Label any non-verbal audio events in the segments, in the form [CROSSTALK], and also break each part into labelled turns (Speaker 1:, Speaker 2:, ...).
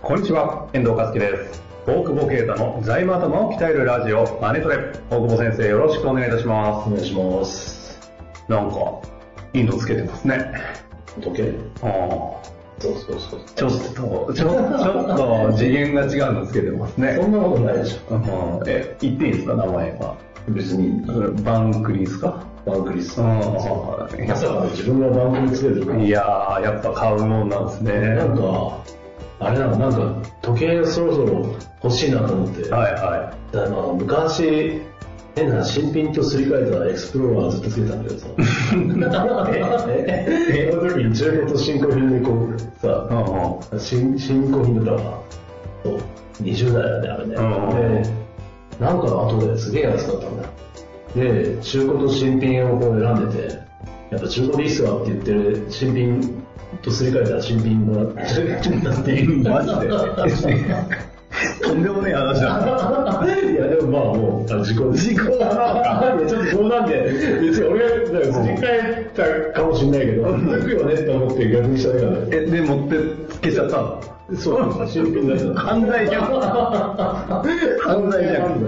Speaker 1: こんにちは、遠藤和樹です。大久保啓太の財務頭を鍛えるラジオ、マネトレ。大久保先生、よろしくお願いいたしま
Speaker 2: お願いします。
Speaker 1: す。なんか、いいのつけてますね。
Speaker 2: 時計
Speaker 1: あー
Speaker 2: そうそうそう。
Speaker 1: ちょっと、ちょ、ちょっと次元が違うのつけてますね
Speaker 2: そ。んなことないでし
Speaker 1: うんえ、言っていいんですか、名前は。
Speaker 2: ょ。別に、
Speaker 1: バンクリですか
Speaker 2: バンクリス。
Speaker 1: うん
Speaker 2: まさか自分がバンクリつけるとか。
Speaker 1: いやー、やっぱ買うもんなんですね。
Speaker 2: なんか、あれなの、なんか、時計そろそろ欲しいなと思って。
Speaker 1: はいは
Speaker 2: あの昔、変な新品とすり替えたエクスプローラーずっとつけてたんだけ
Speaker 1: [LAUGHS]
Speaker 2: どさ。えその時に中古と新古品でこう、さ
Speaker 1: い。う、んうん
Speaker 2: 新新興品だったわそう20代だねあれね、
Speaker 1: うん
Speaker 2: でなんか後ですげえ安かったんだよで中古と新品をこう選んでてやっぱ中古でいいっすわって言ってる新品とすり替えたら新品もらってなっていいんだ
Speaker 1: マジで [LAUGHS] とんでもねえ話だ。
Speaker 2: いやでもまあもうあ事故事故だちょっと冗談で別に俺だからすり替えたかもしれないけど抜くよねって思って逆にしただけなんだよ
Speaker 1: え、で、持って、つけちゃったの
Speaker 2: そう新品だった
Speaker 1: 犯罪じゃん。犯罪じゃん。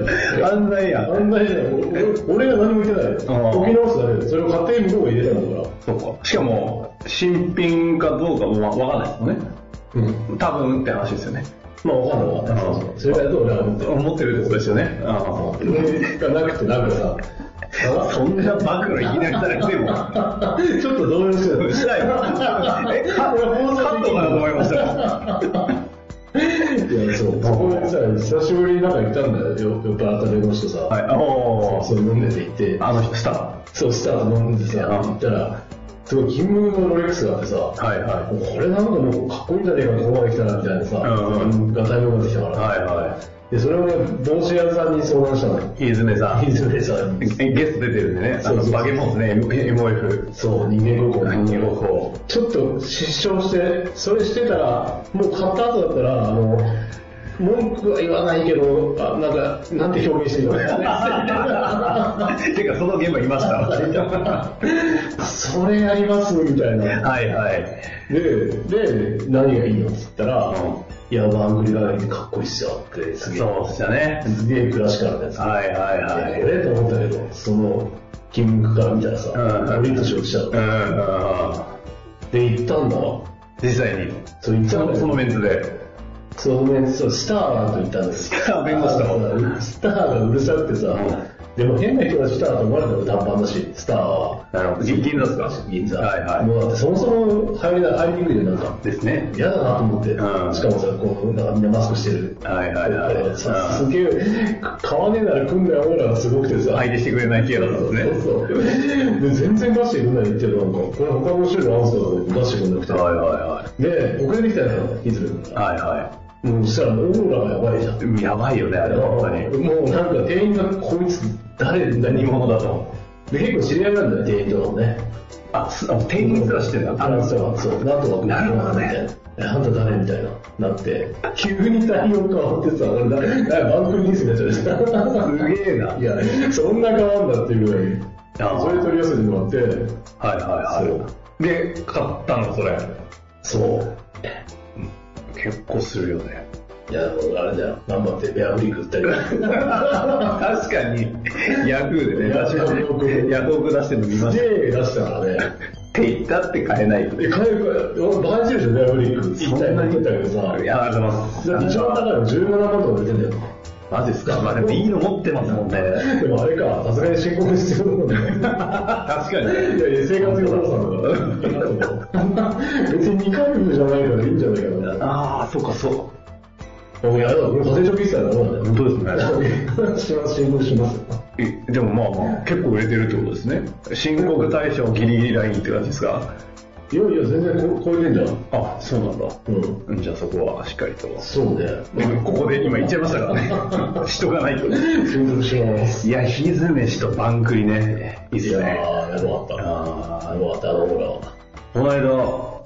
Speaker 1: 犯罪やん。
Speaker 2: あんなにね、俺俺が何も言ってない。解き直すだけで、それを勝手に向こうが入れたんだか
Speaker 1: そうか。しかも、新品かどうかもわわかんないですもんね。
Speaker 2: ら。うん。
Speaker 1: 多分って話ですよね。
Speaker 2: まあ、わかんないわかんない
Speaker 1: うん
Speaker 2: それからどう俺は思って
Speaker 1: 思ってるってことですよね。あ
Speaker 2: る。がなくて、なんかさ、
Speaker 1: あそんな暴露いきなりされても、
Speaker 2: ちょっと動揺してる。
Speaker 1: したいわ。え、カットカットかと思いました。
Speaker 2: いや、そう。そこでさ、久しぶりになんか行ったんだよ。よ酔っ払った弁護士とさ、
Speaker 1: はい。お
Speaker 2: そう
Speaker 1: ー。
Speaker 2: 飲んでて行って、
Speaker 1: あの人、したは
Speaker 2: そうスタート飲んでさ、
Speaker 1: うん
Speaker 2: 行ったら、すごい金無のロレックスがあってさ、
Speaker 1: いは
Speaker 2: もうこれなんかもうかっこいいんじゃねえかな、ここまで来たな、みたいなさ、
Speaker 1: うんう
Speaker 2: がたいもができたか
Speaker 1: い。
Speaker 2: ら。
Speaker 1: はいは
Speaker 2: で、それをね、帽子屋さんに相談したのよ。
Speaker 1: い。泉さん。
Speaker 2: いずれさ、
Speaker 1: ゲスト出てるんでね、あ
Speaker 2: そう
Speaker 1: の
Speaker 2: そうそう
Speaker 1: バケモンですね、M- MOF。
Speaker 2: そう、人間国宝
Speaker 1: 人間国宝
Speaker 2: ちょっと失笑して、それしてたら、もう買った後だったら、あの、文句は言わないけど、あなんか、なんて表現してるの
Speaker 1: [LAUGHS]
Speaker 2: か
Speaker 1: てか、その現場いました。
Speaker 2: それやります、みたいな。
Speaker 1: はいはい。
Speaker 2: で、で、何がいいのって言ったら、
Speaker 1: うん
Speaker 2: いや、バングリガーってかっこいいっすよって、すげえ。
Speaker 1: そうでしたね。
Speaker 2: すげえクラシカルなやつ。
Speaker 1: はいはいはい。
Speaker 2: 俺と思ったけど、その、筋肉から見たらさ、
Speaker 1: うん
Speaker 2: 悪いと仕事しちゃう
Speaker 1: う。んうん。
Speaker 2: で、行ったんだわ。
Speaker 1: 実際に。
Speaker 2: そう、行ったんだ
Speaker 1: その
Speaker 2: よ。
Speaker 1: メンツで。
Speaker 2: その面、そう、スターと行ったんです。
Speaker 1: スター弁護士だもん
Speaker 2: だスターがうるさくてさ、
Speaker 1: う
Speaker 2: でも変な人がスターと思われたら短パンだし、スターは。
Speaker 1: なるほど。銀銀座ですか
Speaker 2: 銀座。
Speaker 1: はいは
Speaker 2: もうだってそもそも入りな入りにくいで、なんか。
Speaker 1: い。ですね。
Speaker 2: 嫌だなと思って、
Speaker 1: うん
Speaker 2: しかもさ、こう、なんかみんなマスクしてる。
Speaker 1: はいはいはい
Speaker 2: だからさ
Speaker 1: うん
Speaker 2: すげえ、買わねえなら組んだよ、オーラがすごくてさ。
Speaker 1: 相手してくれない系だったんですね。
Speaker 2: そうそう。で、全然出してくんないっていうのなんか、これ他の種類合わせたら出してくんなくて。
Speaker 1: はいは
Speaker 2: で、遅れてきたのよ、ヒズル君
Speaker 1: い
Speaker 2: が。
Speaker 1: はい。は
Speaker 2: もうそしたら、オーラがやばいじゃん。
Speaker 1: いはい。やばいよね、あれ本当に。
Speaker 2: もうなんか店員がこいつ誰何
Speaker 1: 何
Speaker 2: 者
Speaker 1: 者
Speaker 2: だ
Speaker 1: だ
Speaker 2: と
Speaker 1: と。
Speaker 2: で結構知り合いなんだよ店員とのね
Speaker 1: あ、すあ店員すらしてんだ。
Speaker 2: あの人はそうなんとか
Speaker 1: なるほどね
Speaker 2: みたいなえあんた誰みたいななって急に対応変わってさ俺誰誰バンクリースになっちゃ [LAUGHS] うじゃん
Speaker 1: すげえな。はい
Speaker 2: いや、そんな変わんだっていうぐらい
Speaker 1: あー
Speaker 2: それ取り寄せてもらって、
Speaker 1: はいはい。で、買ったの、それ。
Speaker 2: そう。
Speaker 1: 結構するよね。
Speaker 2: いや、あれだよ、頑張ってベアフリーク売 [LAUGHS] ったり。
Speaker 1: 確か [LAUGHS] に、ヤフーでね、
Speaker 2: ヤ
Speaker 1: 確かに
Speaker 2: ヤフオク
Speaker 1: ヤフオク出してるの見まし
Speaker 2: す
Speaker 1: た。っ
Speaker 2: げえ出したからね。
Speaker 1: て言ったって買えないと。
Speaker 2: え、かゆく、バカにしてるでしょ、ベアフリーク。
Speaker 1: そん
Speaker 2: 一
Speaker 1: な
Speaker 2: 体
Speaker 1: に
Speaker 2: 何言ったけどさ。
Speaker 1: いや、ありがとうございます。
Speaker 2: 一番高いの17万とか売れてんだよ。
Speaker 1: マジですかまあでもいいの持ってますもんね。
Speaker 2: でもあれか、さすがに申告必要だもんね。
Speaker 1: [LAUGHS] 確か
Speaker 2: い
Speaker 1: に。
Speaker 2: やいや、生活用動産だから。 [LAUGHS] 別に2回目じゃないからいいんじゃないかな。
Speaker 1: ああ、そうか、そう。
Speaker 2: もうやだ、これ、家庭庁喫茶だろ、だね。
Speaker 1: 本当ですね。
Speaker 2: [LAUGHS] 私は申告しますよ。
Speaker 1: いでもまあまあ、結構売れてるってことですね。申告対象ギリギリラインって感じですか。
Speaker 2: いやいや、全然こ超えてんじゃん。
Speaker 1: あ、そうなんだ。
Speaker 2: う
Speaker 1: う
Speaker 2: ん。
Speaker 1: んじゃあそこはしっかりと。
Speaker 2: そうね。
Speaker 1: でここで今言っちゃいましたから [LAUGHS] ね。人がないと。
Speaker 2: 継続します。
Speaker 1: いや、ひずめしとバンクリね。いいっ
Speaker 2: い
Speaker 1: す
Speaker 2: や
Speaker 1: ね。
Speaker 2: ー、やばかった。
Speaker 1: あ
Speaker 2: あよかった、あのほら。
Speaker 1: この間、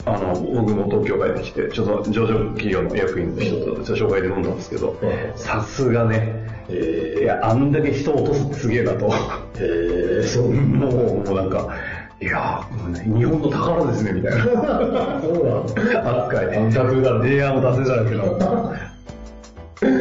Speaker 1: あの、僕も東京帰ってきて、ちょっと上場企業の役員の人とちょっと紹介で飲んだんですけど
Speaker 2: え、え
Speaker 1: さすがね、
Speaker 2: え
Speaker 1: いや、あんだけ人落とすってすげえなと。
Speaker 2: ー、
Speaker 1: [LAUGHS]
Speaker 2: えー、そう。
Speaker 1: もう、もうなんか、いやー、もうね日本の宝ですね、みたいな
Speaker 2: [LAUGHS] そうなんだ。
Speaker 1: 扱い。
Speaker 2: 安卓だね。
Speaker 1: いや、もう達成じゃないけど。
Speaker 2: [LAUGHS]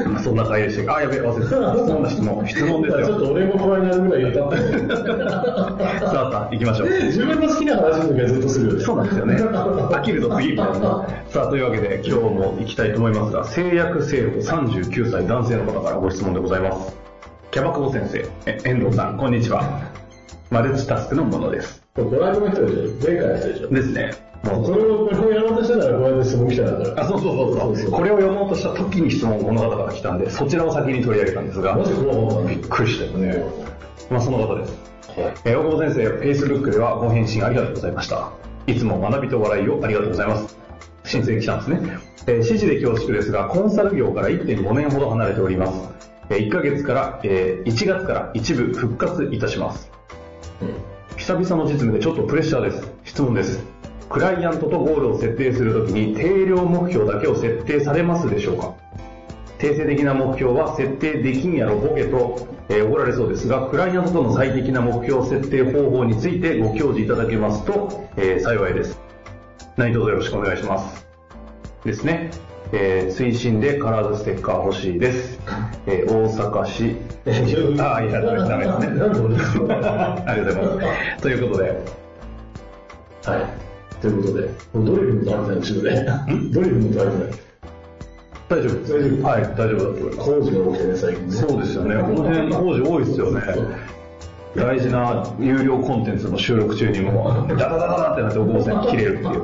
Speaker 1: まあそんな会でしたけど、あ、やべえ、忘れてた。そんな質問、質問
Speaker 2: ち
Speaker 1: です
Speaker 2: ょっ [LAUGHS]
Speaker 1: よ。
Speaker 2: と俺も不安になるぐらい言った
Speaker 1: さあさあ、行きましょう。
Speaker 2: 自分の好きな話の時はずっとするよね。
Speaker 1: そうなんですよね。飽きると次みたいな。さあ、というわけで今日も行きたいと思いますが、製薬製法39歳男性の方からご質問でございます。キャバクボ先生、え遠藤さん、こんにちは。マルチタスクのものです。
Speaker 2: これ、ドライブの人でしょ前回の人でしょ
Speaker 1: ですね。もう
Speaker 2: これを、これをやろうとしてたら、こうやって質問来たんだから。
Speaker 1: あそうそうそうそう
Speaker 2: そうそう
Speaker 1: これを読もうとした時に質問この方から来たんで、そちらを先に取り上げたんですが
Speaker 2: マ、ジ怖かった
Speaker 1: びっくりしたよ
Speaker 2: ね。
Speaker 1: ね。まあ、その方です。
Speaker 2: はい。
Speaker 1: えー大久保先生、Facebook ではご返信ありがとうございました。いつも学びと笑いをありがとうございます。申請来たんですね。えー指示で恐縮ですが、コンサル業から1.5年ほど離れております。えー1ヶ月から、えー1月から一部復活いたします。久々の実務でちょっとプレッシャーです。質問です。クライアントとゴールを設定するときに定量目標だけを設定されますでしょうか定性的な目標は設定できんやろボケと、えー怒られそうですが、クライアントとの最適な目標設定方法についてご教示いただけますと、えー幸いです。何卒よろしくお願いします。ですね。えー推進でカラーズステッカー欲しいです。えー大阪市、ああ、いや、ダメダメですね。
Speaker 2: なんで俺で
Speaker 1: あ
Speaker 2: す
Speaker 1: りがとうございます。ということで、
Speaker 2: はい。ということで、もうドリルもダメだよ、後ろで。ドリルもダメだよ。
Speaker 1: 大丈夫です
Speaker 2: 大丈夫
Speaker 1: はい、大丈夫だと思います。
Speaker 2: 工事が起きてね、最近ね。
Speaker 1: そうですよね。この辺工事多いですよね。大事な有料コンテンツの収録中にもう、ダダダダダってなってお坊さんに切れるっていう。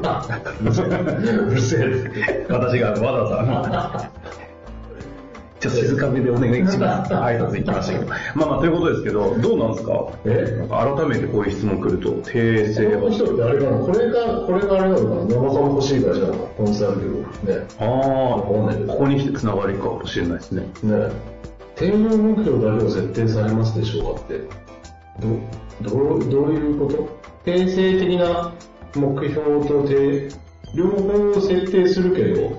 Speaker 2: うるせ
Speaker 1: [LAUGHS]
Speaker 2: え。
Speaker 1: 私がわざわざあの、ちょっと静かめでお願いします。挨拶行きましたけど。まあまあ、ということですけど、どうなんですか
Speaker 2: え
Speaker 1: なんか改めてこういう質問来ると、訂正
Speaker 2: この人ってあれかな、これが、これがあれなのかな、生ハム欲しいからじゃん、コンサル業。ね。
Speaker 1: ああ、
Speaker 2: わかんないけど
Speaker 1: ここに来てつながりかもしれないですね。
Speaker 2: ね。定量目標だけを設定されますでしょうかって。ど、どう、どういうこと定性的な目標と定、両方設定するけど、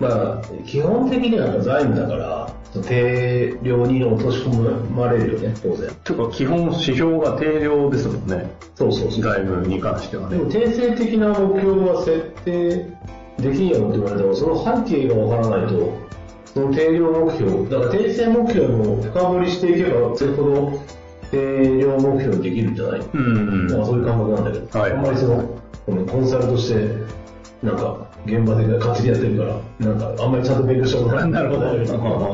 Speaker 2: まあ、基本的には財務だから、定量に落とし込まれるよね、当然。
Speaker 1: ちょっと基本指標が定量ですもんね。
Speaker 2: そうそうそう。
Speaker 1: 外部に関しては
Speaker 2: で
Speaker 1: ね。
Speaker 2: も定性的な目標は設定できんやろって言われたらその背景がわからないとその定量目標だから定性目標も深掘りしていけばそれほど定量目標にできるんじゃない、
Speaker 1: う
Speaker 2: なん
Speaker 1: ん
Speaker 2: か。そういう感覚なんだけど、
Speaker 1: はい
Speaker 2: あんまりそのこのコンサルとしてなんか現場で勝手にやってるからなんかあんまりちゃんと勉強したことない
Speaker 1: なるほど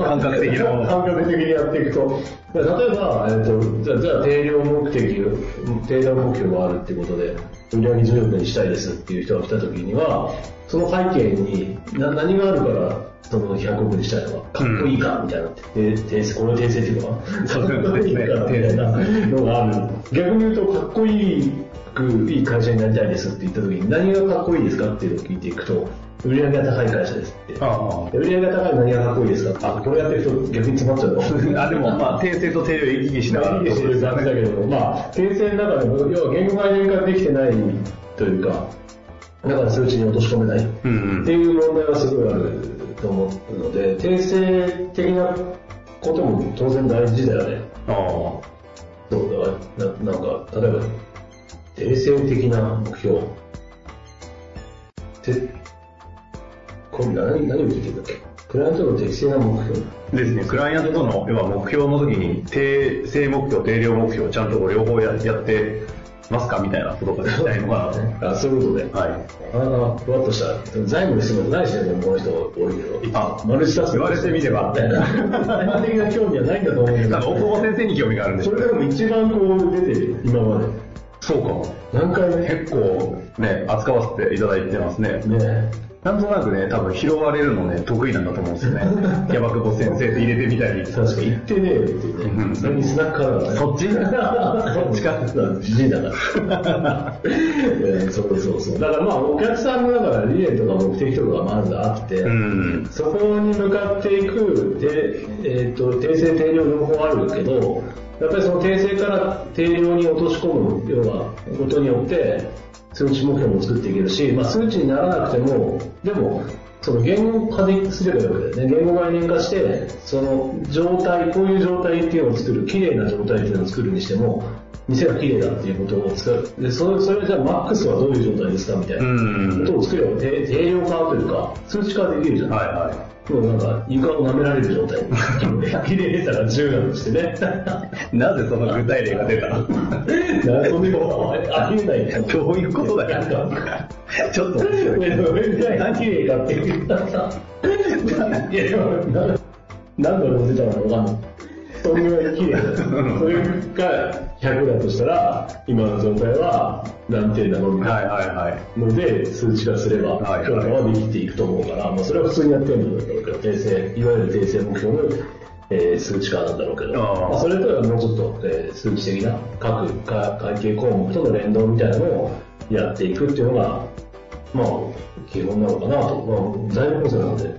Speaker 1: 感覚的なもの
Speaker 2: 感覚的にやっていくと例えば、えっとじゃあじゃあ定量目的定量目標があるっていうことで売上20億円にしたいですっていう人が来た時にはその背景にな何があるからその100億にしたいのかかっこいいかみたいなって、で定これを訂正っていうのは
Speaker 1: そうですね
Speaker 2: かっこ [LAUGHS] いいかみたいなのがある逆に言うとかっこいいくいい会社になりたいですって言った時に何がかっこいいですかっていうのを聞いていくと売り上げが高い会社ですって
Speaker 1: あ
Speaker 2: 売り上げが高いの何がかっこいいですかあこれやってる人逆に詰まっちゃうの
Speaker 1: あ。あ、でも、まあ、訂正と定量行き来しながら。
Speaker 2: いいしてる感じだけども、まあ、訂正の中でも、要は言語概念化できてないというか、だから数値に落とし込めないっ
Speaker 1: うんう
Speaker 2: て
Speaker 1: ん。
Speaker 2: いう問題はすごいあると思うので、訂正的なことも当然大事だよね。
Speaker 1: ああ。
Speaker 2: そうだからななんか、例えば、定性的な目標。て、これ何、何を言ってるんだっけクライアントの適正な目標。
Speaker 1: ですね、クライアントとの、要は目標の時に、定性目標、定量目標、ちゃんとこう両方ややってますかみたいなことが聞きたいのか
Speaker 2: あ、そういうことで。
Speaker 1: な。はい。
Speaker 2: あの、ふわっとした、財務の質問ないしね、でもこの人多いけど。
Speaker 1: あ
Speaker 2: マルチタスク
Speaker 1: 言われてみれば。
Speaker 2: 一般的な興味はないんだと思うんだけ
Speaker 1: 多分、大久
Speaker 2: ど、
Speaker 1: 保先生に興味があるんでし
Speaker 2: そ
Speaker 1: ょう
Speaker 2: れ
Speaker 1: ね
Speaker 2: でも一番こう出てる、今まで。
Speaker 1: そうかも。
Speaker 2: 何回目
Speaker 1: 結構、ね、扱わせていただいてますね。
Speaker 2: ね
Speaker 1: なんとなくね、多分拾われるのね、得意なんだと思うんですよ
Speaker 2: [LAUGHS]
Speaker 1: ね。ヤバ久保先生って入れてみたり。
Speaker 2: 確かに行ってねえよって言って、
Speaker 1: うん
Speaker 2: それにスナックあるからね。
Speaker 1: そっ
Speaker 2: [LAUGHS]
Speaker 1: ち
Speaker 2: そっちかじじい
Speaker 1: [LAUGHS]
Speaker 2: だから。えーそうそうそう。だからまあ、お客さんのだから理念とか目的とかがまずあって、
Speaker 1: うん。
Speaker 2: そこに向かっていく、でえー、と訂正、定量両方あるけど、やっぱりその訂正から定量に落とし込む、要は、ことによって、数値目標も作っていけるし、まあ、数値にならなくても、でも、その言語化ですればいいわけだよね。言語概念化して、その状態、こういう状態っていうのを作る、綺麗な状態っていうのを作るにしても、店が綺麗だっていうことを使う。で、それ、それじゃあマックスはどういう状態ですかみたいな。
Speaker 1: うん。
Speaker 2: ことを作れば定定量化というか、数値化できるじゃん。
Speaker 1: はいは
Speaker 2: もうなんか床を舐められる状態。綺麗さが10なんしてね。
Speaker 1: い。なぜその具体例が出た
Speaker 2: 謎にもありえないから。
Speaker 1: [LAUGHS] どういうことだ
Speaker 2: なん
Speaker 1: よ
Speaker 2: か。
Speaker 1: ちょっと面白い
Speaker 2: 上
Speaker 1: ね。
Speaker 2: が綺麗かっていう。いや、でもな何度乗せたのかわかんない。それぐらい綺麗だ。それが100だとしたら、今の状態は何点なのみたいな
Speaker 1: はいはいはい。
Speaker 2: ので数値化すれば
Speaker 1: はい
Speaker 2: 評価はできていくと思うから、まあ、それは普通にやってるんだろうけど訂正いわゆる訂正目標の、えー数値化なんだろうけど
Speaker 1: あー
Speaker 2: まあ、それとはもうちょっと、えー数値的な各か会計項目との連動みたいなのをやっていくっていうのが、まあ、基本なのかなと、まあ、財務構成なんで。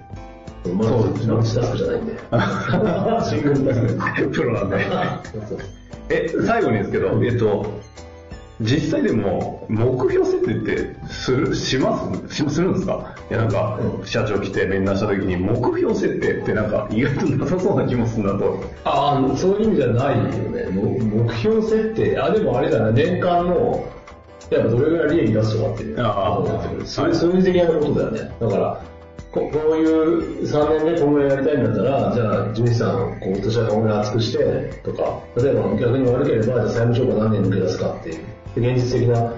Speaker 2: まあ、
Speaker 1: そうですね
Speaker 2: マルチタスクじゃないん
Speaker 1: [LAUGHS]
Speaker 2: で。 [LAUGHS] シングルタスク。
Speaker 1: プロなんで。
Speaker 2: そうそう
Speaker 1: え、最後にですけど、えっと、実際でも、目標設定ってする、しますしするんですかいや、なんか、社長来て面談した時に、目標設定ってなんか、意外となさそうな気もするなと。
Speaker 2: ああ、そういう意味じゃないよね。も目標設定、あ、でもあれだな、年間の、やっぱどれぐらい利益出すとかっていう
Speaker 1: あー
Speaker 2: ことになってくる。そ
Speaker 1: は
Speaker 2: れ
Speaker 1: い
Speaker 2: 数字的なことだよね。だから、ここういう3年でこんぐらいやりたいんだったら、じゃあ、純資産、こう今年はこんぐらい厚くして、とか、例えば逆に悪ければ、じゃあ債務超過何年抜け出すかっていう、で現実的な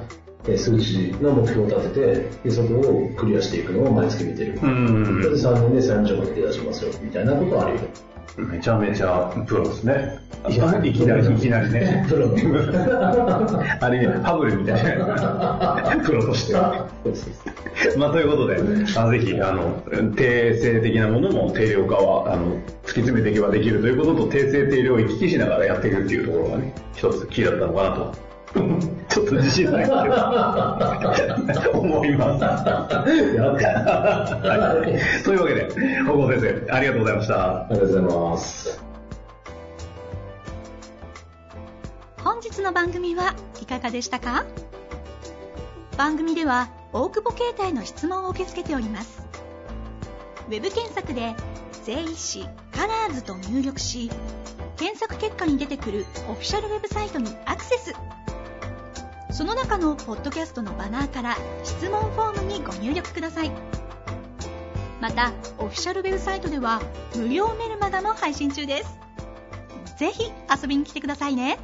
Speaker 2: えー数値の目標を立てて、でそこをクリアしていくのを毎月見てる。
Speaker 1: う
Speaker 2: それで
Speaker 1: ん。
Speaker 2: 3年で債務超過抜け出しますよ、みたいなことはあ
Speaker 1: [LAUGHS]
Speaker 2: るよ。
Speaker 1: めちゃめちゃプロですね。い
Speaker 2: いや
Speaker 1: きなり、いきなりね。
Speaker 2: プロの
Speaker 1: あれね、ハブルみたいな。 [LAUGHS] プロとしては。
Speaker 2: そうそうそ
Speaker 1: [LAUGHS]
Speaker 2: う
Speaker 1: まあ、ということで、あぜひ、あの、定性的なものも定量化は、あの、突き詰めていけばできるということと、定性定量を行き来しながらやっていくっていうところがね、一つキーだったのかなと。 [LAUGHS] ちょっと自信ないですけど、思います。
Speaker 2: やった
Speaker 1: はい、というわけで、保護先生、ありがとうございました。
Speaker 2: ありがとうございます。
Speaker 3: 本日の番組はいかがでしたか番組では大久保携帯の質問を受け付けておりますウェブ検索で「税理士カラーズと入力し検索結果に出てくるオフィシャルウェブサイトにアクセスその中のポッドキャストのバナーから質問フォームにご入力くださいまたオフィシャルウェブサイトでは無料メルマガも配信中ですぜひ遊びに来てくださいね